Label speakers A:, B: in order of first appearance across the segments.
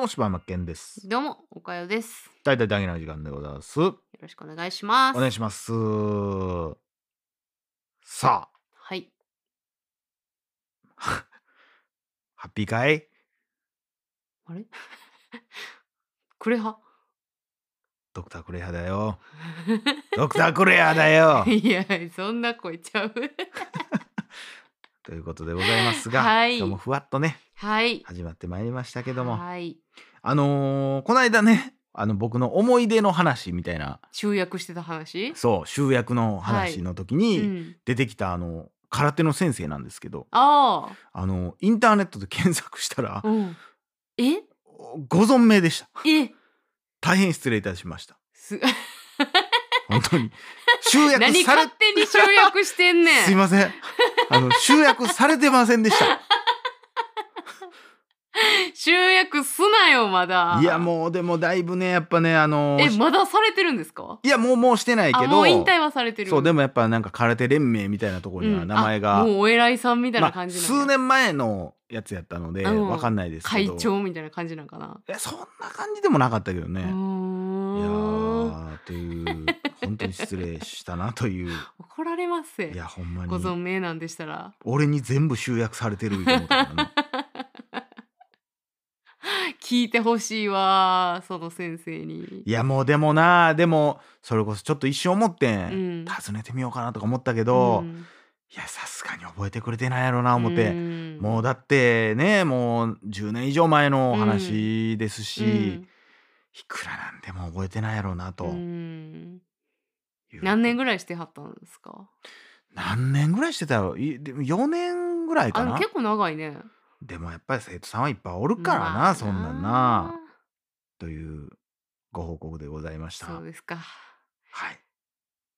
A: も柴山健です。
B: どうも、おかよです。
A: 大体だけな時間でございます。お
B: よろしくお願いします。
A: 願いします。さあ、
B: はい。
A: ハッピーかい
B: あれ クレハ。
A: ドクタークレアだよ。ドクタークレアだよ
B: いや、そんな声ちゃう。
A: ということでございますが、
B: はい
A: 今日もふわっとね、
B: はい。
A: 始まってまいりましたけども、
B: はい。
A: あのーこの間ね、あの僕の思い出の話みたいな、
B: 集約してた話
A: そう、集約の話の時
B: う
A: に
B: ん。
A: 出てきた、あの、空手の先生なんですけど、
B: あ
A: あの、インターネットで検索したら
B: あ。、うん。え
A: ご存命でした。
B: え
A: 大変失礼いたしました。
B: す
A: 本当に。集約
B: 何
A: され
B: 勝、手に集約してんねん。
A: すいません。あの、集約されてませんでした。
B: 集約すなよ、まだ。
A: いや、もう、でも、だいぶね、やっぱね、あの、
B: え、
A: し
B: まだされてるんですか
A: いや、もう、もうしてないけ
B: あ、も
A: ど、
B: う引退はされてる。
A: そう、で
B: も、
A: もやっぱなんか空手連盟みたいなところには名前が、
B: あもうお偉いさんみたいな
A: まあ
B: 感じなんや
A: 数年前のやつやったので、
B: うん
A: わかんないですけど。
B: 会長みたいな感じなんかな。
A: え、そんな感じでもなかったけどね。
B: うーん
A: いやー、という、本当に失礼したなと いう、
B: 怒られます
A: いや、
B: よ
A: ほんま
B: ご存
A: に、
B: 命なんでしたら
A: 俺に全部集約されてると思ったからね。
B: 聞いてほしいわその先生に
A: いやもうでもなでもそれこそちょっと一瞬思って、
B: うんん
A: 尋ねてみようかなとか思ったけど、
B: うん
A: いやさすがに覚えてくれてないやろな思って、
B: うん
A: もうだってねもう10年以上前の話ですし、
B: う
A: い
B: ん
A: くらなんでも覚えてないやろうなというう、
B: ん何年ぐらいしてはったんですか
A: 何年ぐらいしてたよいでも4年ぐらいか
B: あの
A: な
B: 結構長いね
A: でもやっぱり生徒さんはいっぱいおるからな、
B: まあ
A: そんなんなというご報告でございました
B: そ
A: は
B: うですか
A: い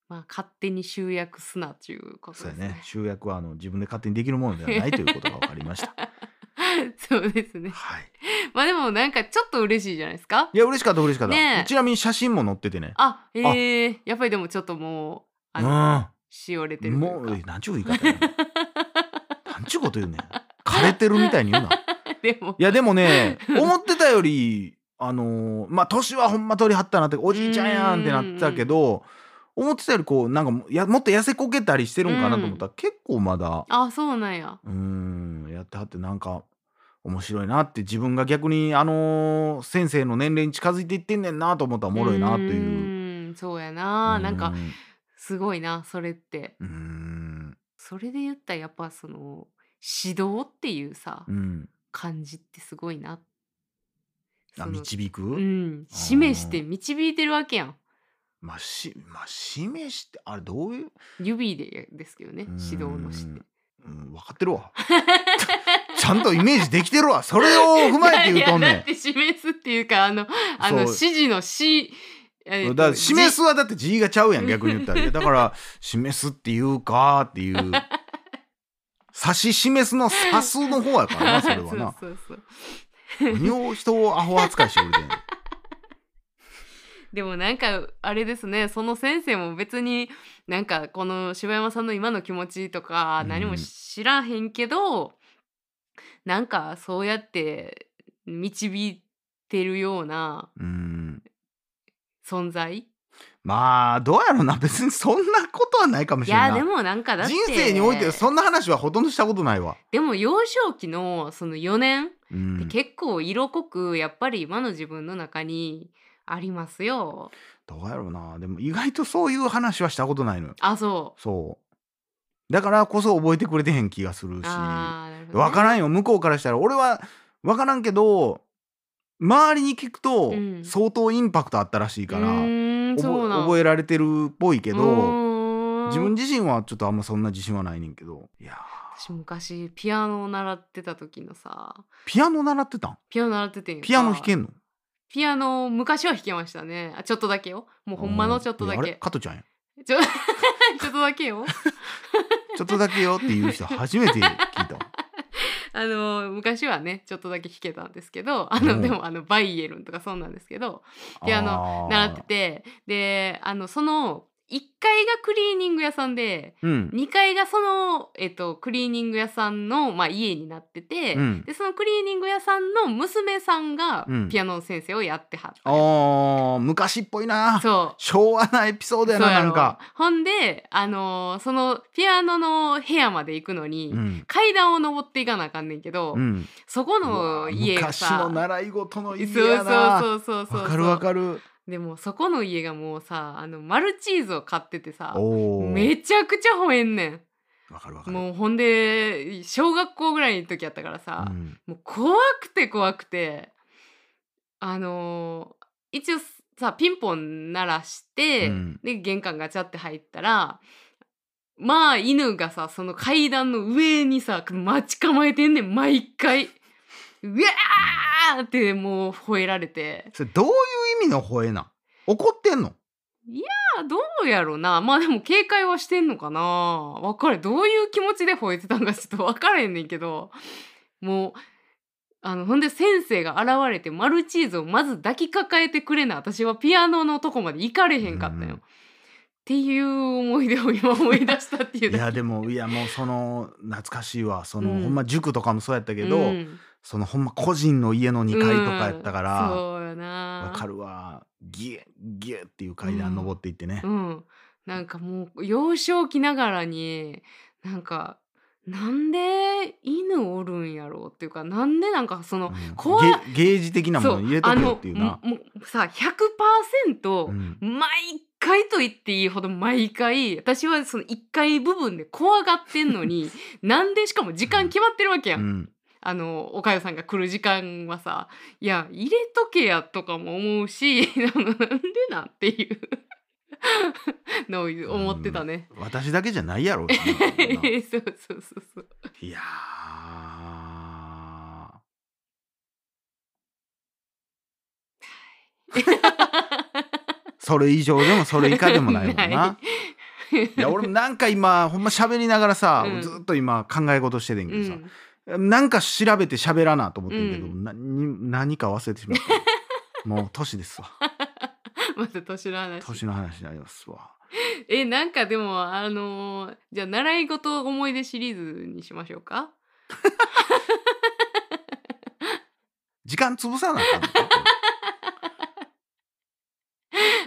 B: まあ勝手に集約すなっていうこと
A: そう
B: で
A: やね
B: すね
A: 集約はあの自分で勝手にできるものではないということが分かりま した
B: そうですね
A: はい
B: まあでもなんかちょっと嬉しいじゃないですか
A: いや嬉しかった嬉しかった、
B: ねえ
A: ちなみに写真も載っててね
B: あええやっぱりでもちょっともうあのしおれ
A: う
B: て
A: ん
B: るとい
A: も
B: う
A: う
B: か
A: えなんちゅう言い方やねんなんちゅうこと言うねん枯れてるみたいに言うな
B: でも
A: いやでもね思ってたよりあのーまあ年はほんま取りはったなっておじいちゃんやんってなってたけど思ってたよりこうなんかもやもっと痩せこけたりしてるんかなと思ったら、結構まだ
B: あそうなんや
A: うーんやってはってなんか面白いなって自分が逆にあのー先生の年齢に近づいていってんねんなと思ったらおもろいなという。
B: うーんそうやななん
A: う
B: かすごいなそれって
A: うーん、
B: それで言ったらやっぱその指導っていうさ、
A: うん、
B: 感じってすごいな
A: あ
B: その
A: 導く、
B: うん示して導いてるわけやん
A: まあしまあ示してあれどういう、
B: 指でですけどね
A: うん
B: 指導のしって
A: うん、分かってる わちゃんとイメージできてるわそれを踏まえて言うとん
B: いやだ
A: ね
B: って示すっていうかあのあの
A: そう
B: 指示のしえっと
A: んだから
B: じ
A: 示すはだって字がちゃうやん逆に言ったらいやだから示すっていうかっていう指し示すの指すの方やから なそれはな
B: そうそうそう
A: 何を人をアホ扱いしてくれてんの
B: でもなんかあれですねその先生も別になんかこの柴山さんの今の気持ちとか
A: うん
B: 何も知らへんけど、なんかそうやって導いてるような
A: うん
B: 存在い
A: まあどうやろうな別にそんなことはないかもしれんない
B: やでもなんかだって
A: 人生においてそんな話はほとんどしたことないわ。
B: でも幼少期のその4年
A: う
B: って
A: ん、
B: 結構色濃くやっぱり今の自分の中にありますよ。
A: どうやろうなでも意外とそういう話はしたことないのよ
B: あそ
A: そうだからこそ覚えてくれてへん気がする
B: う。
A: し
B: あーなるほどね
A: 分からんよ向こうからしたら俺は分からんけど周りに聞くと
B: うん
A: 相当インパクトあったらしいから、
B: うーん
A: 覚
B: そうなん
A: 覚えられてるっぽいけ
B: う
A: ど
B: ーん
A: 自分自身はちょっとあんまそんな自信はないねんけどいやー
B: 私昔ピアノを習ってた時のさ
A: ピアノ習ってたん
B: ピアノ習っててん
A: ピアノ弾け
B: ん
A: んの
B: ピアノ昔は弾けましたねあちょっとだけよもうほんまのちょっと
A: う
B: だ
A: んいやあれ
B: け
A: 加トちゃんや
B: ちょ ちょっとだけよ
A: ちょっとだけよっていう人初めて聞い たわ
B: あの昔はねちょっとだけ弾けたんですけどあの、
A: うん
B: でもあのバイエルンとかそうなんですけどピアノ
A: あー
B: 習っててであのその1階がクリーニング屋さんで
A: うん
B: 2階がその、えっと、クリーニング屋さんの、まあ、家になってて、
A: うん
B: でそのクリーニング屋さんの娘さんが
A: うん
B: ピアノの先生をやってはった、
A: あー昔っぽいな
B: そう
A: 昭和なエピソードやな
B: そうや
A: な
B: ろ
A: んか、
B: ほんで、あのーそのピアノの部屋まで行くのに、
A: うん
B: 階段を登っていかなあかんねんけど、
A: うん、
B: そこ
A: う
B: の
A: わ
B: 家が
A: 昔
B: さ
A: の習い事の家
B: そう
A: やな
B: そうそうそうそう
A: わかるわかる
B: でもそこの家がもうさあのマルチーズを買っててさ
A: おー
B: めちゃくちゃ吠えんね
A: わかるわか
B: ん
A: る
B: もうほんで小学校ぐらいの時やったからさ、
A: うん
B: もう怖くて怖くてあのー一応さピンポン鳴らして、
A: うん
B: で玄関ガチャって入ったらまあ犬がさその階段の上にさ待ち構えてんねん毎回うわーってもう吠えられて
A: それどういう意味の吠えなん怒ってんの
B: あどうやろうなまあでも警戒はしてんのかなわかるどういう気持ちで吠えてたんかちょっとわからへんねんけどもうあのほんで先生が現れてマルチーズをまず抱きかかえてくれな私はピアノのとこまで行かれへんかったよ、
A: うん
B: っていう思い出を今思い出したっていう
A: い
B: だけ
A: やでもいやもうその懐かしいわその、
B: うん
A: ほんま塾とかもそうやったけど、
B: うん
A: そのほんま個人の家の2階とかやったか
B: うん
A: ら、
B: そうよな
A: わかるわギュッギュッっていう階段登っていってね、
B: うん、なんかもう幼少期ながらになんかなんで犬おるんやろうっていうかなんでなんかその
A: うん
B: 怖い
A: ゲゲージ的なもの入れと
B: あ
A: けよ
B: の
A: っていうな。
B: ももうさ
A: う
B: 100%
A: ん
B: 毎回と言っていいほど毎回私はその1回部分で怖がってんの になんでしかも時間決まってるわけやん、
A: うん
B: あのおかよさんが来る時間はさいや入れとけやとかも思うし あのなんでなんっていうのを思ってたね。
A: 私だけじゃないやろうし な
B: そうそうそうそう。
A: いやーそれ以上でもそれ以下でもないもんな
B: ない
A: いや俺もなんか今ほんま喋りながらさ、
B: うん
A: ずっと今考え事しててんけ
B: う
A: どさ、
B: ん、
A: なんか調べて喋らなと思ってんけど、
B: う
A: 何何か忘れてしまった もう年ですわ
B: また年の話。
A: 年の話になりますわ
B: え、なんかでも、あのーじゃあ習い事思い出シリーズにしましょうか。
A: 時間潰さなあかんのか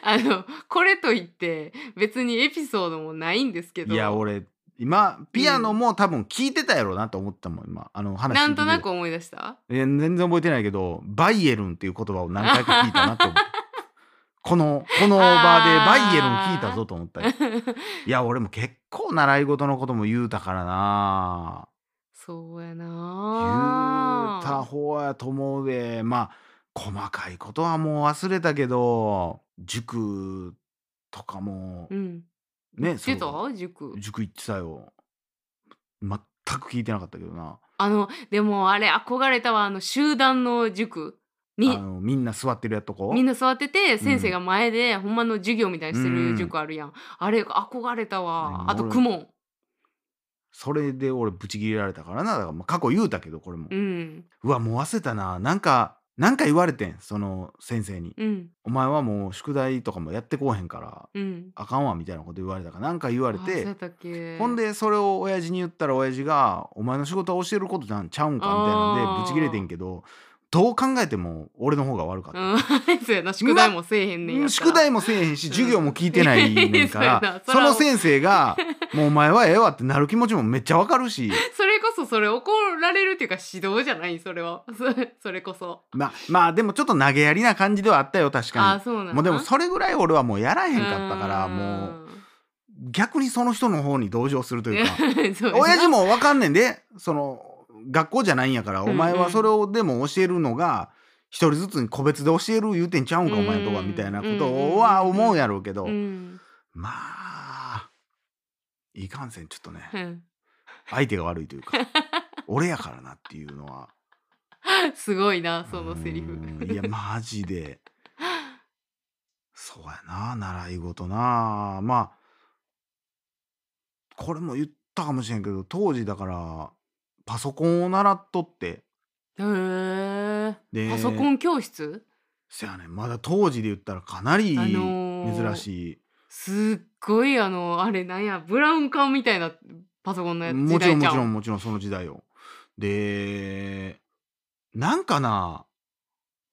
B: あの、これといって、別にエピソードもないんですけ ど。
A: いや俺今ピアノも多分聞いてたやろうなと思ったもん今あの話
B: なんと
A: 聞いてて
B: なく思い出した。
A: いや全然覚えてないけどバイエルンっていう言葉を何回か聞いたな と思ってこのこの場でバイエルン聞いたぞと思ったよいや俺も結構習い事のことも言うたからな
B: そうや
A: 言
B: な
A: う
B: ー。
A: た方やと思うでまあ細かいことはもう忘れたけど塾とかも
B: うん。
A: ね
B: 出
A: その
B: た塾。
A: 塾行ってたよ全く聞いてなかったけどな
B: あの、でも、あれ憧れたわ、あの集団の塾。
A: あ
B: に。
A: のみんな座ってるやっとこ
B: みんな座ってて先生が前で、ほんまの授業みたいにしてる塾あるやん、あれ憧れたわ
A: うん
B: あとクモン
A: それで俺ブチ切れられたからなだからまあ過去言うたけどこれも、
B: うん
A: うわもう忘れたななんかなんか言われてんその先生に、
B: うん
A: お前はもう宿題とかもやってこうへんから
B: うん
A: あかんわ」みたいなこと言われたからなんか言われ
B: あそうや
A: て
B: ったっけ
A: ほんでそれを親父に言ったら親父が「お前の仕事は教えることじゃんちゃうんか」みたいなん
B: あー
A: でブチ切れてんけどどう考えても俺の方が悪かっ
B: う
A: た。
B: ん そうやな宿題もせえへんねんやったら
A: 宿題もせえへんし授業も聞いてないねんか
B: そうや
A: ら
B: なそ
A: そ
B: ら
A: の先生が「もうお前はええわ」ってなる気持ちもめっちゃわかるし
B: それこそそれ怒られるっていうか指導じゃないそれは そそれこそ
A: まあまあでもちょっと投げやりな感じではあったよ確
B: あ
A: か
B: そうなん
A: に
B: だ
A: もうでもそれぐらい俺はもうやらへんかったから
B: うん
A: もう逆にその人の方に同情するというか
B: そうやな
A: 親父も分かんねんでその学校じゃないんやから
B: うんう
A: お
B: ん
A: 前はそれをでも教えるのが一人ずつに個別で教える言うてんちゃうんか
B: う
A: お
B: ん
A: 前とかみたいなこ
B: うんうんう
A: と
B: ん
A: は思うやろうけど
B: うん
A: まあいかんせんちょっとね
B: うん
A: 相手が悪いというか俺やからなっていうのは
B: すごいなそのセリフ
A: うんいやマジでそうやな習い事なまあこれも言ったかもしれんけど当時だからパソコンを習っとって
B: へえ
A: で
B: パソコン教室
A: せやねんまだ当時で言ったらかなり
B: あのー
A: 珍しい、
B: すっごいあのあれなんやブラウン管みたいなパソコンのやつ
A: もちろん
B: 時
A: も
B: 代じゃ
A: ちろんもちろんその時代よでなんかな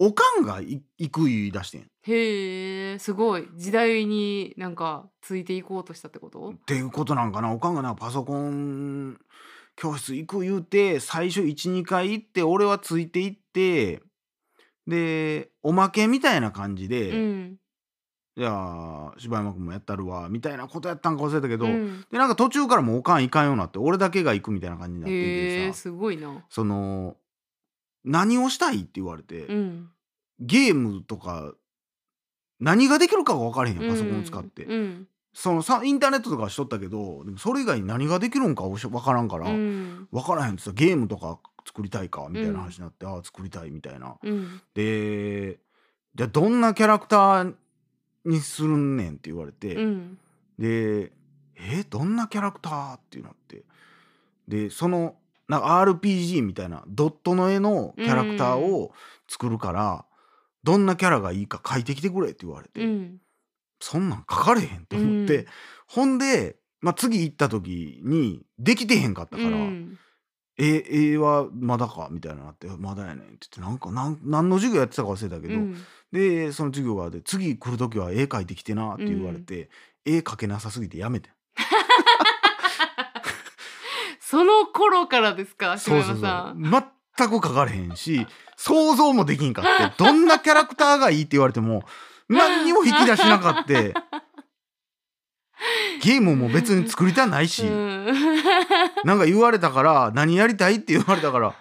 A: おかんがい行く言い出してんっ
B: へえすごい時代になんかついていこうとしたってこと
A: ていうことなんかなおかんがなんかパソコン教室行く言うて最初12回行って俺はついて行ってでおまけみたいな感じで、
B: うん
A: いや柴山君もやったるわみたいなことやったんか忘れたけど、
B: うん
A: でなんか途中からもうおかん行かんようになって俺だけが行くみたいな感じになってい
B: へ
A: て
B: え
A: さ
B: すごいな
A: その何をしたいって言われて、
B: うん
A: ゲームとか何ができるかが分からへんやんパソコンを使って、
B: うん
A: そのさインターネットとかはしとったけどでもそれ以外に何ができるんかおし分からんから、
B: う
A: わ
B: ん
A: 分からへんってさゲームとか作りたいかみたいな話になって、ああ作りたいみたいな
B: うん
A: でじゃあどんなキャラクターにするんねんって言われて、
B: うん
A: でえどんなキャラクターってなってでそのなんか RPG みたいなドットの絵のキャラクターを作るから、どんなキャラがいいか書いてきてくれって言われて、
B: うん
A: そんなん書かれへんと思って、
B: うん
A: ほんで、まあ、次行った時にできてへんかったから「
B: うん
A: え絵はまだか?」みたいななって「まだやねん」って言ってなんかなん何の授業やってたか忘れたけど、
B: うん
A: でその授業があって「次来る時は絵描いてきてな」って言われて、絵描けなさすぎてやめてん
B: その頃からですか
A: そ
B: 柴
A: うそ
B: 山
A: うそ
B: さ
A: うん全く書かれへんし想像もできんかってどんなキャラクターがいいって言われても何にも引き出しなか ってゲームも別に作りたないし、
B: うん
A: なんか言われたから何やりたいって言われたから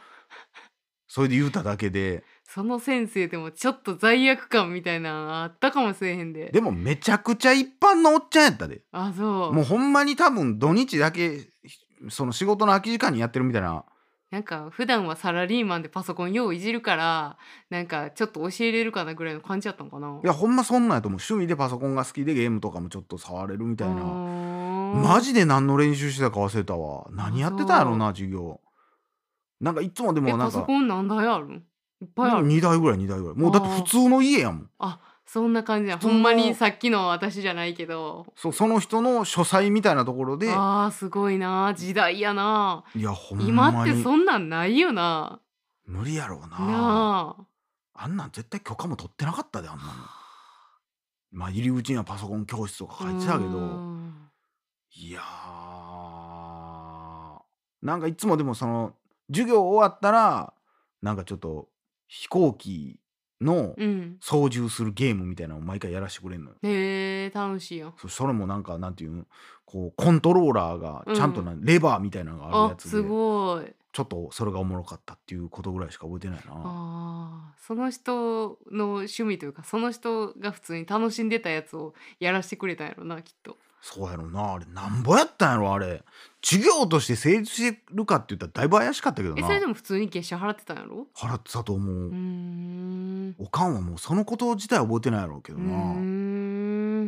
A: それで言うただけで
B: その先生でもちょっと罪悪感みたいなのあったかもしれへんで。
A: でもめちゃくちゃ一般のおっちゃんやったで
B: あそう。
A: もうほんまに多分土日だけその仕事の空き時間にやってるみたいな
B: なんか普段はサラリーマンでパソコンよういじるからなんかちょっと教えれるかなぐらいの感じやったのかな。
A: いやほんまそんなんやと思う趣味でパソコンが好きでゲームとかもちょっと触れるみたいな。マ
B: マ
A: ジで何の練習してたか忘れたわ何やってたんやろうな授業なんかいつもで
B: え
A: もな
B: パ
A: ん
B: ソ
A: か
B: コン何台あるんいっぱいある。
A: 2台ぐらい2台ぐらいもうだって普通の家やもん
B: あそんな感じや
A: 普通
B: ほ
A: の
B: んまにさっきの私じゃないけど。
A: そうその人の書斎みたいなところで
B: あーすごいな時代やない
A: やほん
B: 今っ
A: ま
B: て
A: に
B: そんなんないよな
A: 無理やろうな
B: なあ
A: あんなん絶対許可も取ってなかったであんなのまあ入り口にはパソコン教室とか書いてたけ
B: う
A: ど
B: ん
A: いやーなんかいつもでもその授業終わったらなんかちょっと飛行機の
B: うん
A: 操縦するゲームみたいなのを毎回やらしてくれるのよ。
B: へえ楽しいよ
A: そそれもなんかなんていうんこうコントローラーがちゃんとな、レバーみたいなのがある
B: あ
A: やつ
B: す
A: で
B: ごい
A: ちょっとそれがおもろかったっていうことぐらいしか覚えてないな。
B: あーその人の趣味というかその人が普通に楽しんでたやつをやらしてくれたんやろなきっと
A: そうやろなあれなんぼやったんやろあれ授業として成立してるかって言ったらだいぶ怪しかったけど
B: え
A: な
B: それでも普通に月謝払ってたんやろ
A: 払ってたと思う、
B: うーん
A: おかんはもうそのこと自体覚えてないやろうけ
B: う
A: ど
B: ー
A: な、
B: ん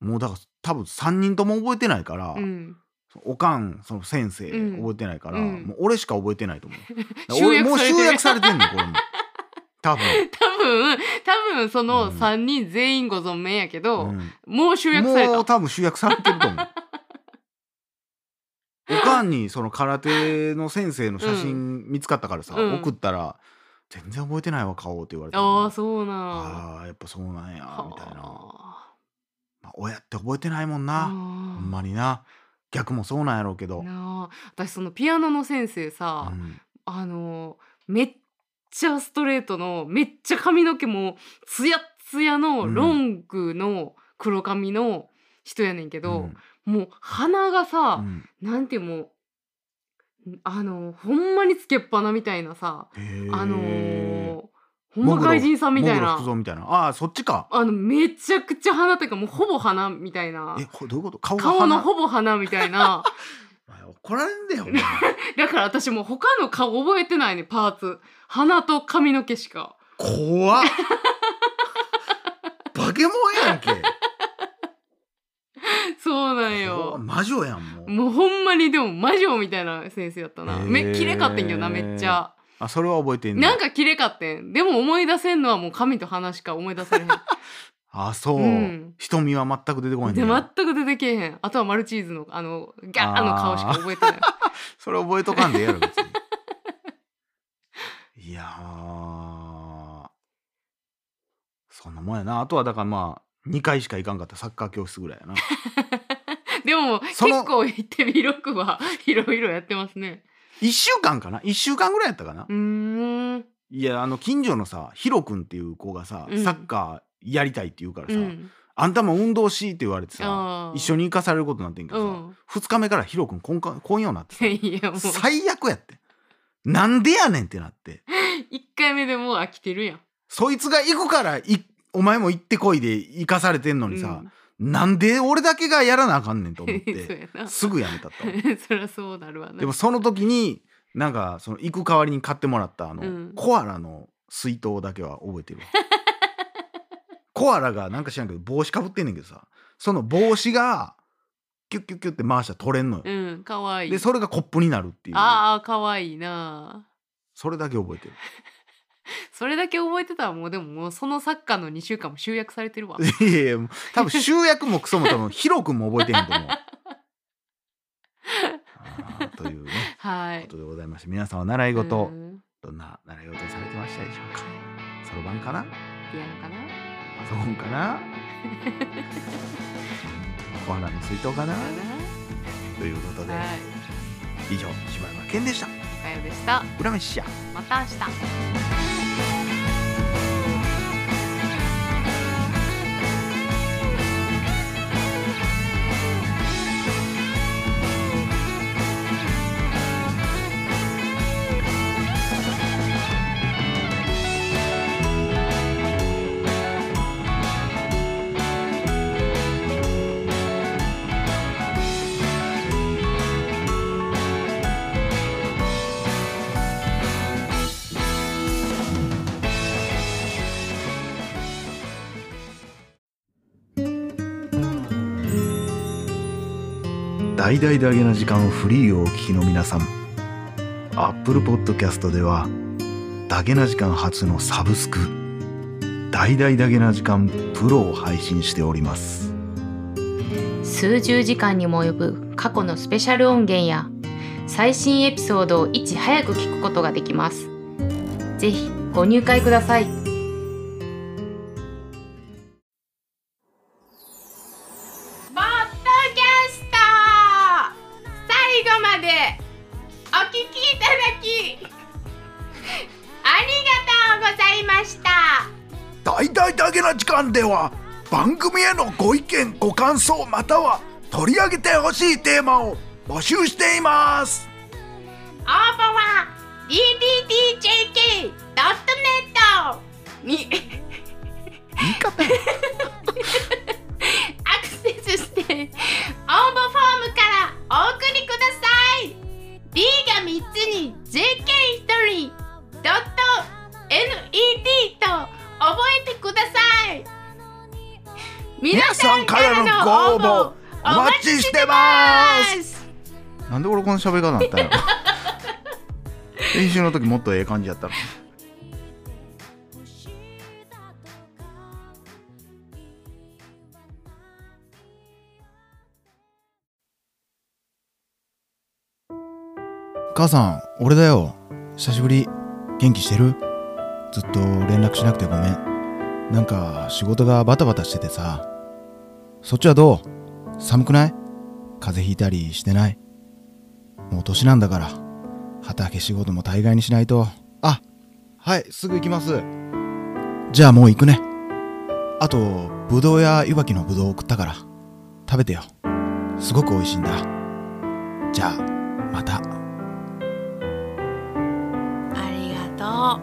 A: もうだから多分3人とも覚えてないから、
B: うん
A: おかんその先生
B: うん
A: 覚えてないから、
B: うん
A: もう俺しか覚えてないと思う
B: 集
A: 俺
B: 約
A: もう
B: されて
A: 集
B: る
A: 約されてんのこれも多分、
B: 多分多分その
A: うん
B: 3人全員ご存命やけ
A: う
B: ど、
A: ん
B: もう集約され
A: も
B: た
A: う多分集約されてると 思うおかんにその空手の先生の写真見つかったからさ、
B: うん
A: 送ったら「全然覚えてないわ顔」って言われて
B: ああそうなん
A: あーやっぱそうなんやみたいな、ま
B: は
A: あ、親って覚えてないもんな、ほん
B: あ
A: まにな逆もそうなんやろうけど、
B: なあ私そのピアノの先生さ、
A: うん
B: あのめっちゃストレートのめっちゃ髪の毛もツヤッツヤの
A: うん
B: ロングの黒髪の人やねんけど、
A: ん
B: もう鼻が
A: う
B: さ、
A: ん
B: なんてもうあのほんまにつけっぱなみたいなさ、
A: へー
B: あのーほん
A: モ
B: ま
A: グロ
B: 外人さんみたい
A: モグロ
B: な
A: 福。蔵みたいなああそっちか
B: あのめちゃくちゃ鼻というかもうほぼ鼻みたいな
A: えこどういうこと顔が
B: 顔の
A: 鼻
B: ほぼ鼻みたいな
A: お前怒られんだよお前
B: だから私もう他の顔覚えてないねパーツ鼻と髪の毛しか
A: 怖 っバケモンやんけ
B: そうなん
A: こ
B: よ
A: れ。魔女やんもう
B: もうほんまにでも魔女みたいな先生やったな。
A: へ
B: め
A: ー
B: 綺麗かってんけどなめっちゃ。
A: あそれは覚えてんね
B: なんか綺麗かってん。でも思い出せんのはもう神と花しか思い出せれへん。
A: あそう、
B: うん
A: 瞳は全く出てこないんだ
B: で
A: よ
B: 全く出てけえへんあとはマルチーズのあのギャーの顔しか覚えてない
A: それ覚えとかんでええやろ別 にいやーそんなもんやなあとはだからまあ2回しか行かんかったサッカー教室ぐらいやな
B: でも
A: その
B: 結構行ってみろくはいろいろやってますね
A: 1週間かな1週間ぐらいやったかな、
B: うーん
A: いやあの近所のさヒロくんっていう子がさ、
B: うん
A: サッカーやりたいって言うからさ、
B: うん
A: あんたも運動しいって言われてさ一緒
B: に
A: に行かされることになってんけどさ、2日目からヒロ君こんか こんようになってさ
B: いやもう
A: 最悪やってなんでやねんってなって
B: 1回目でもう飽きてるやん
A: そいつが行くからいお前も行ってこいで行かされてんのにさ
B: うん、
A: なんで俺だけがやらなあかんねんと思っ
B: そう
A: て
B: やな
A: すぐやめたったわ
B: そりゃそうなるわな
A: でもその時になんかその行く代わりに買ってもらったあの、
B: うん
A: コアラの水筒だけは覚えてるわ コアラがなんか知らんけど帽子かぶってんねんけどさその帽子がキュッキュッキュッって回したら取れんのよ、
B: うんかわいい
A: でそれがコップになるっていう
B: ああかわいいな
A: それだけ覚えてる
B: それだけ覚えてたらもうでももうそのサッカーの2週間も集約されて るわ
A: いやいやもう多分集約もクソも多分ヒロ君も覚えてへんと思う。あーというね
B: は
A: こ
B: い
A: とでございまして皆さんは習い事
B: うん
A: どんな習い事をされてましたでしょうかそろばんかな
B: ピアノかな
A: パソコンか なコアラの水筒かな
B: かな
A: ということで
B: はい
A: 以上柴山健でした
B: かよでした
A: 裏飯や
B: また明日
A: 大々だげな時間フリーをお聞きの皆さん Apple Podcast ではだげな時間初のサブスク「大々だげな時間プロを配信しております
B: 数十時間にも及ぶ過去のスペシャル音源や最新エピソードをいち早く聞くことができますぜひご入会くださいポッドキャスト最後までお聞きいただきありがとうございました
A: 大々だげな時間では番組へのご意見ご感想または取り上げてほしいテーマを募集しています
B: 応募は ddjk.net に
A: 言い方
B: アクセスして応募フォームからお送りください D が3つに JK1 人 .net と覚えてください皆さんからの応募お待ちしてます
A: なんで俺この喋り方になったんやろ練習の時もっとええ感じやったのに母さん俺だよ久しぶり元気してるずっと連絡しなくてごめんなんか仕事がバタバタしててさそっちはどう寒くない風邪ひいたりしてないもう年なんだから畑仕事も大概にしないとあはいすぐ行きますじゃあもう行くねあとぶどうやいわきのぶどう送ったから食べてよすごく美味しいんだじゃあまた
B: ありが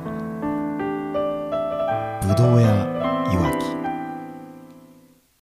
B: とう
A: ぶどうや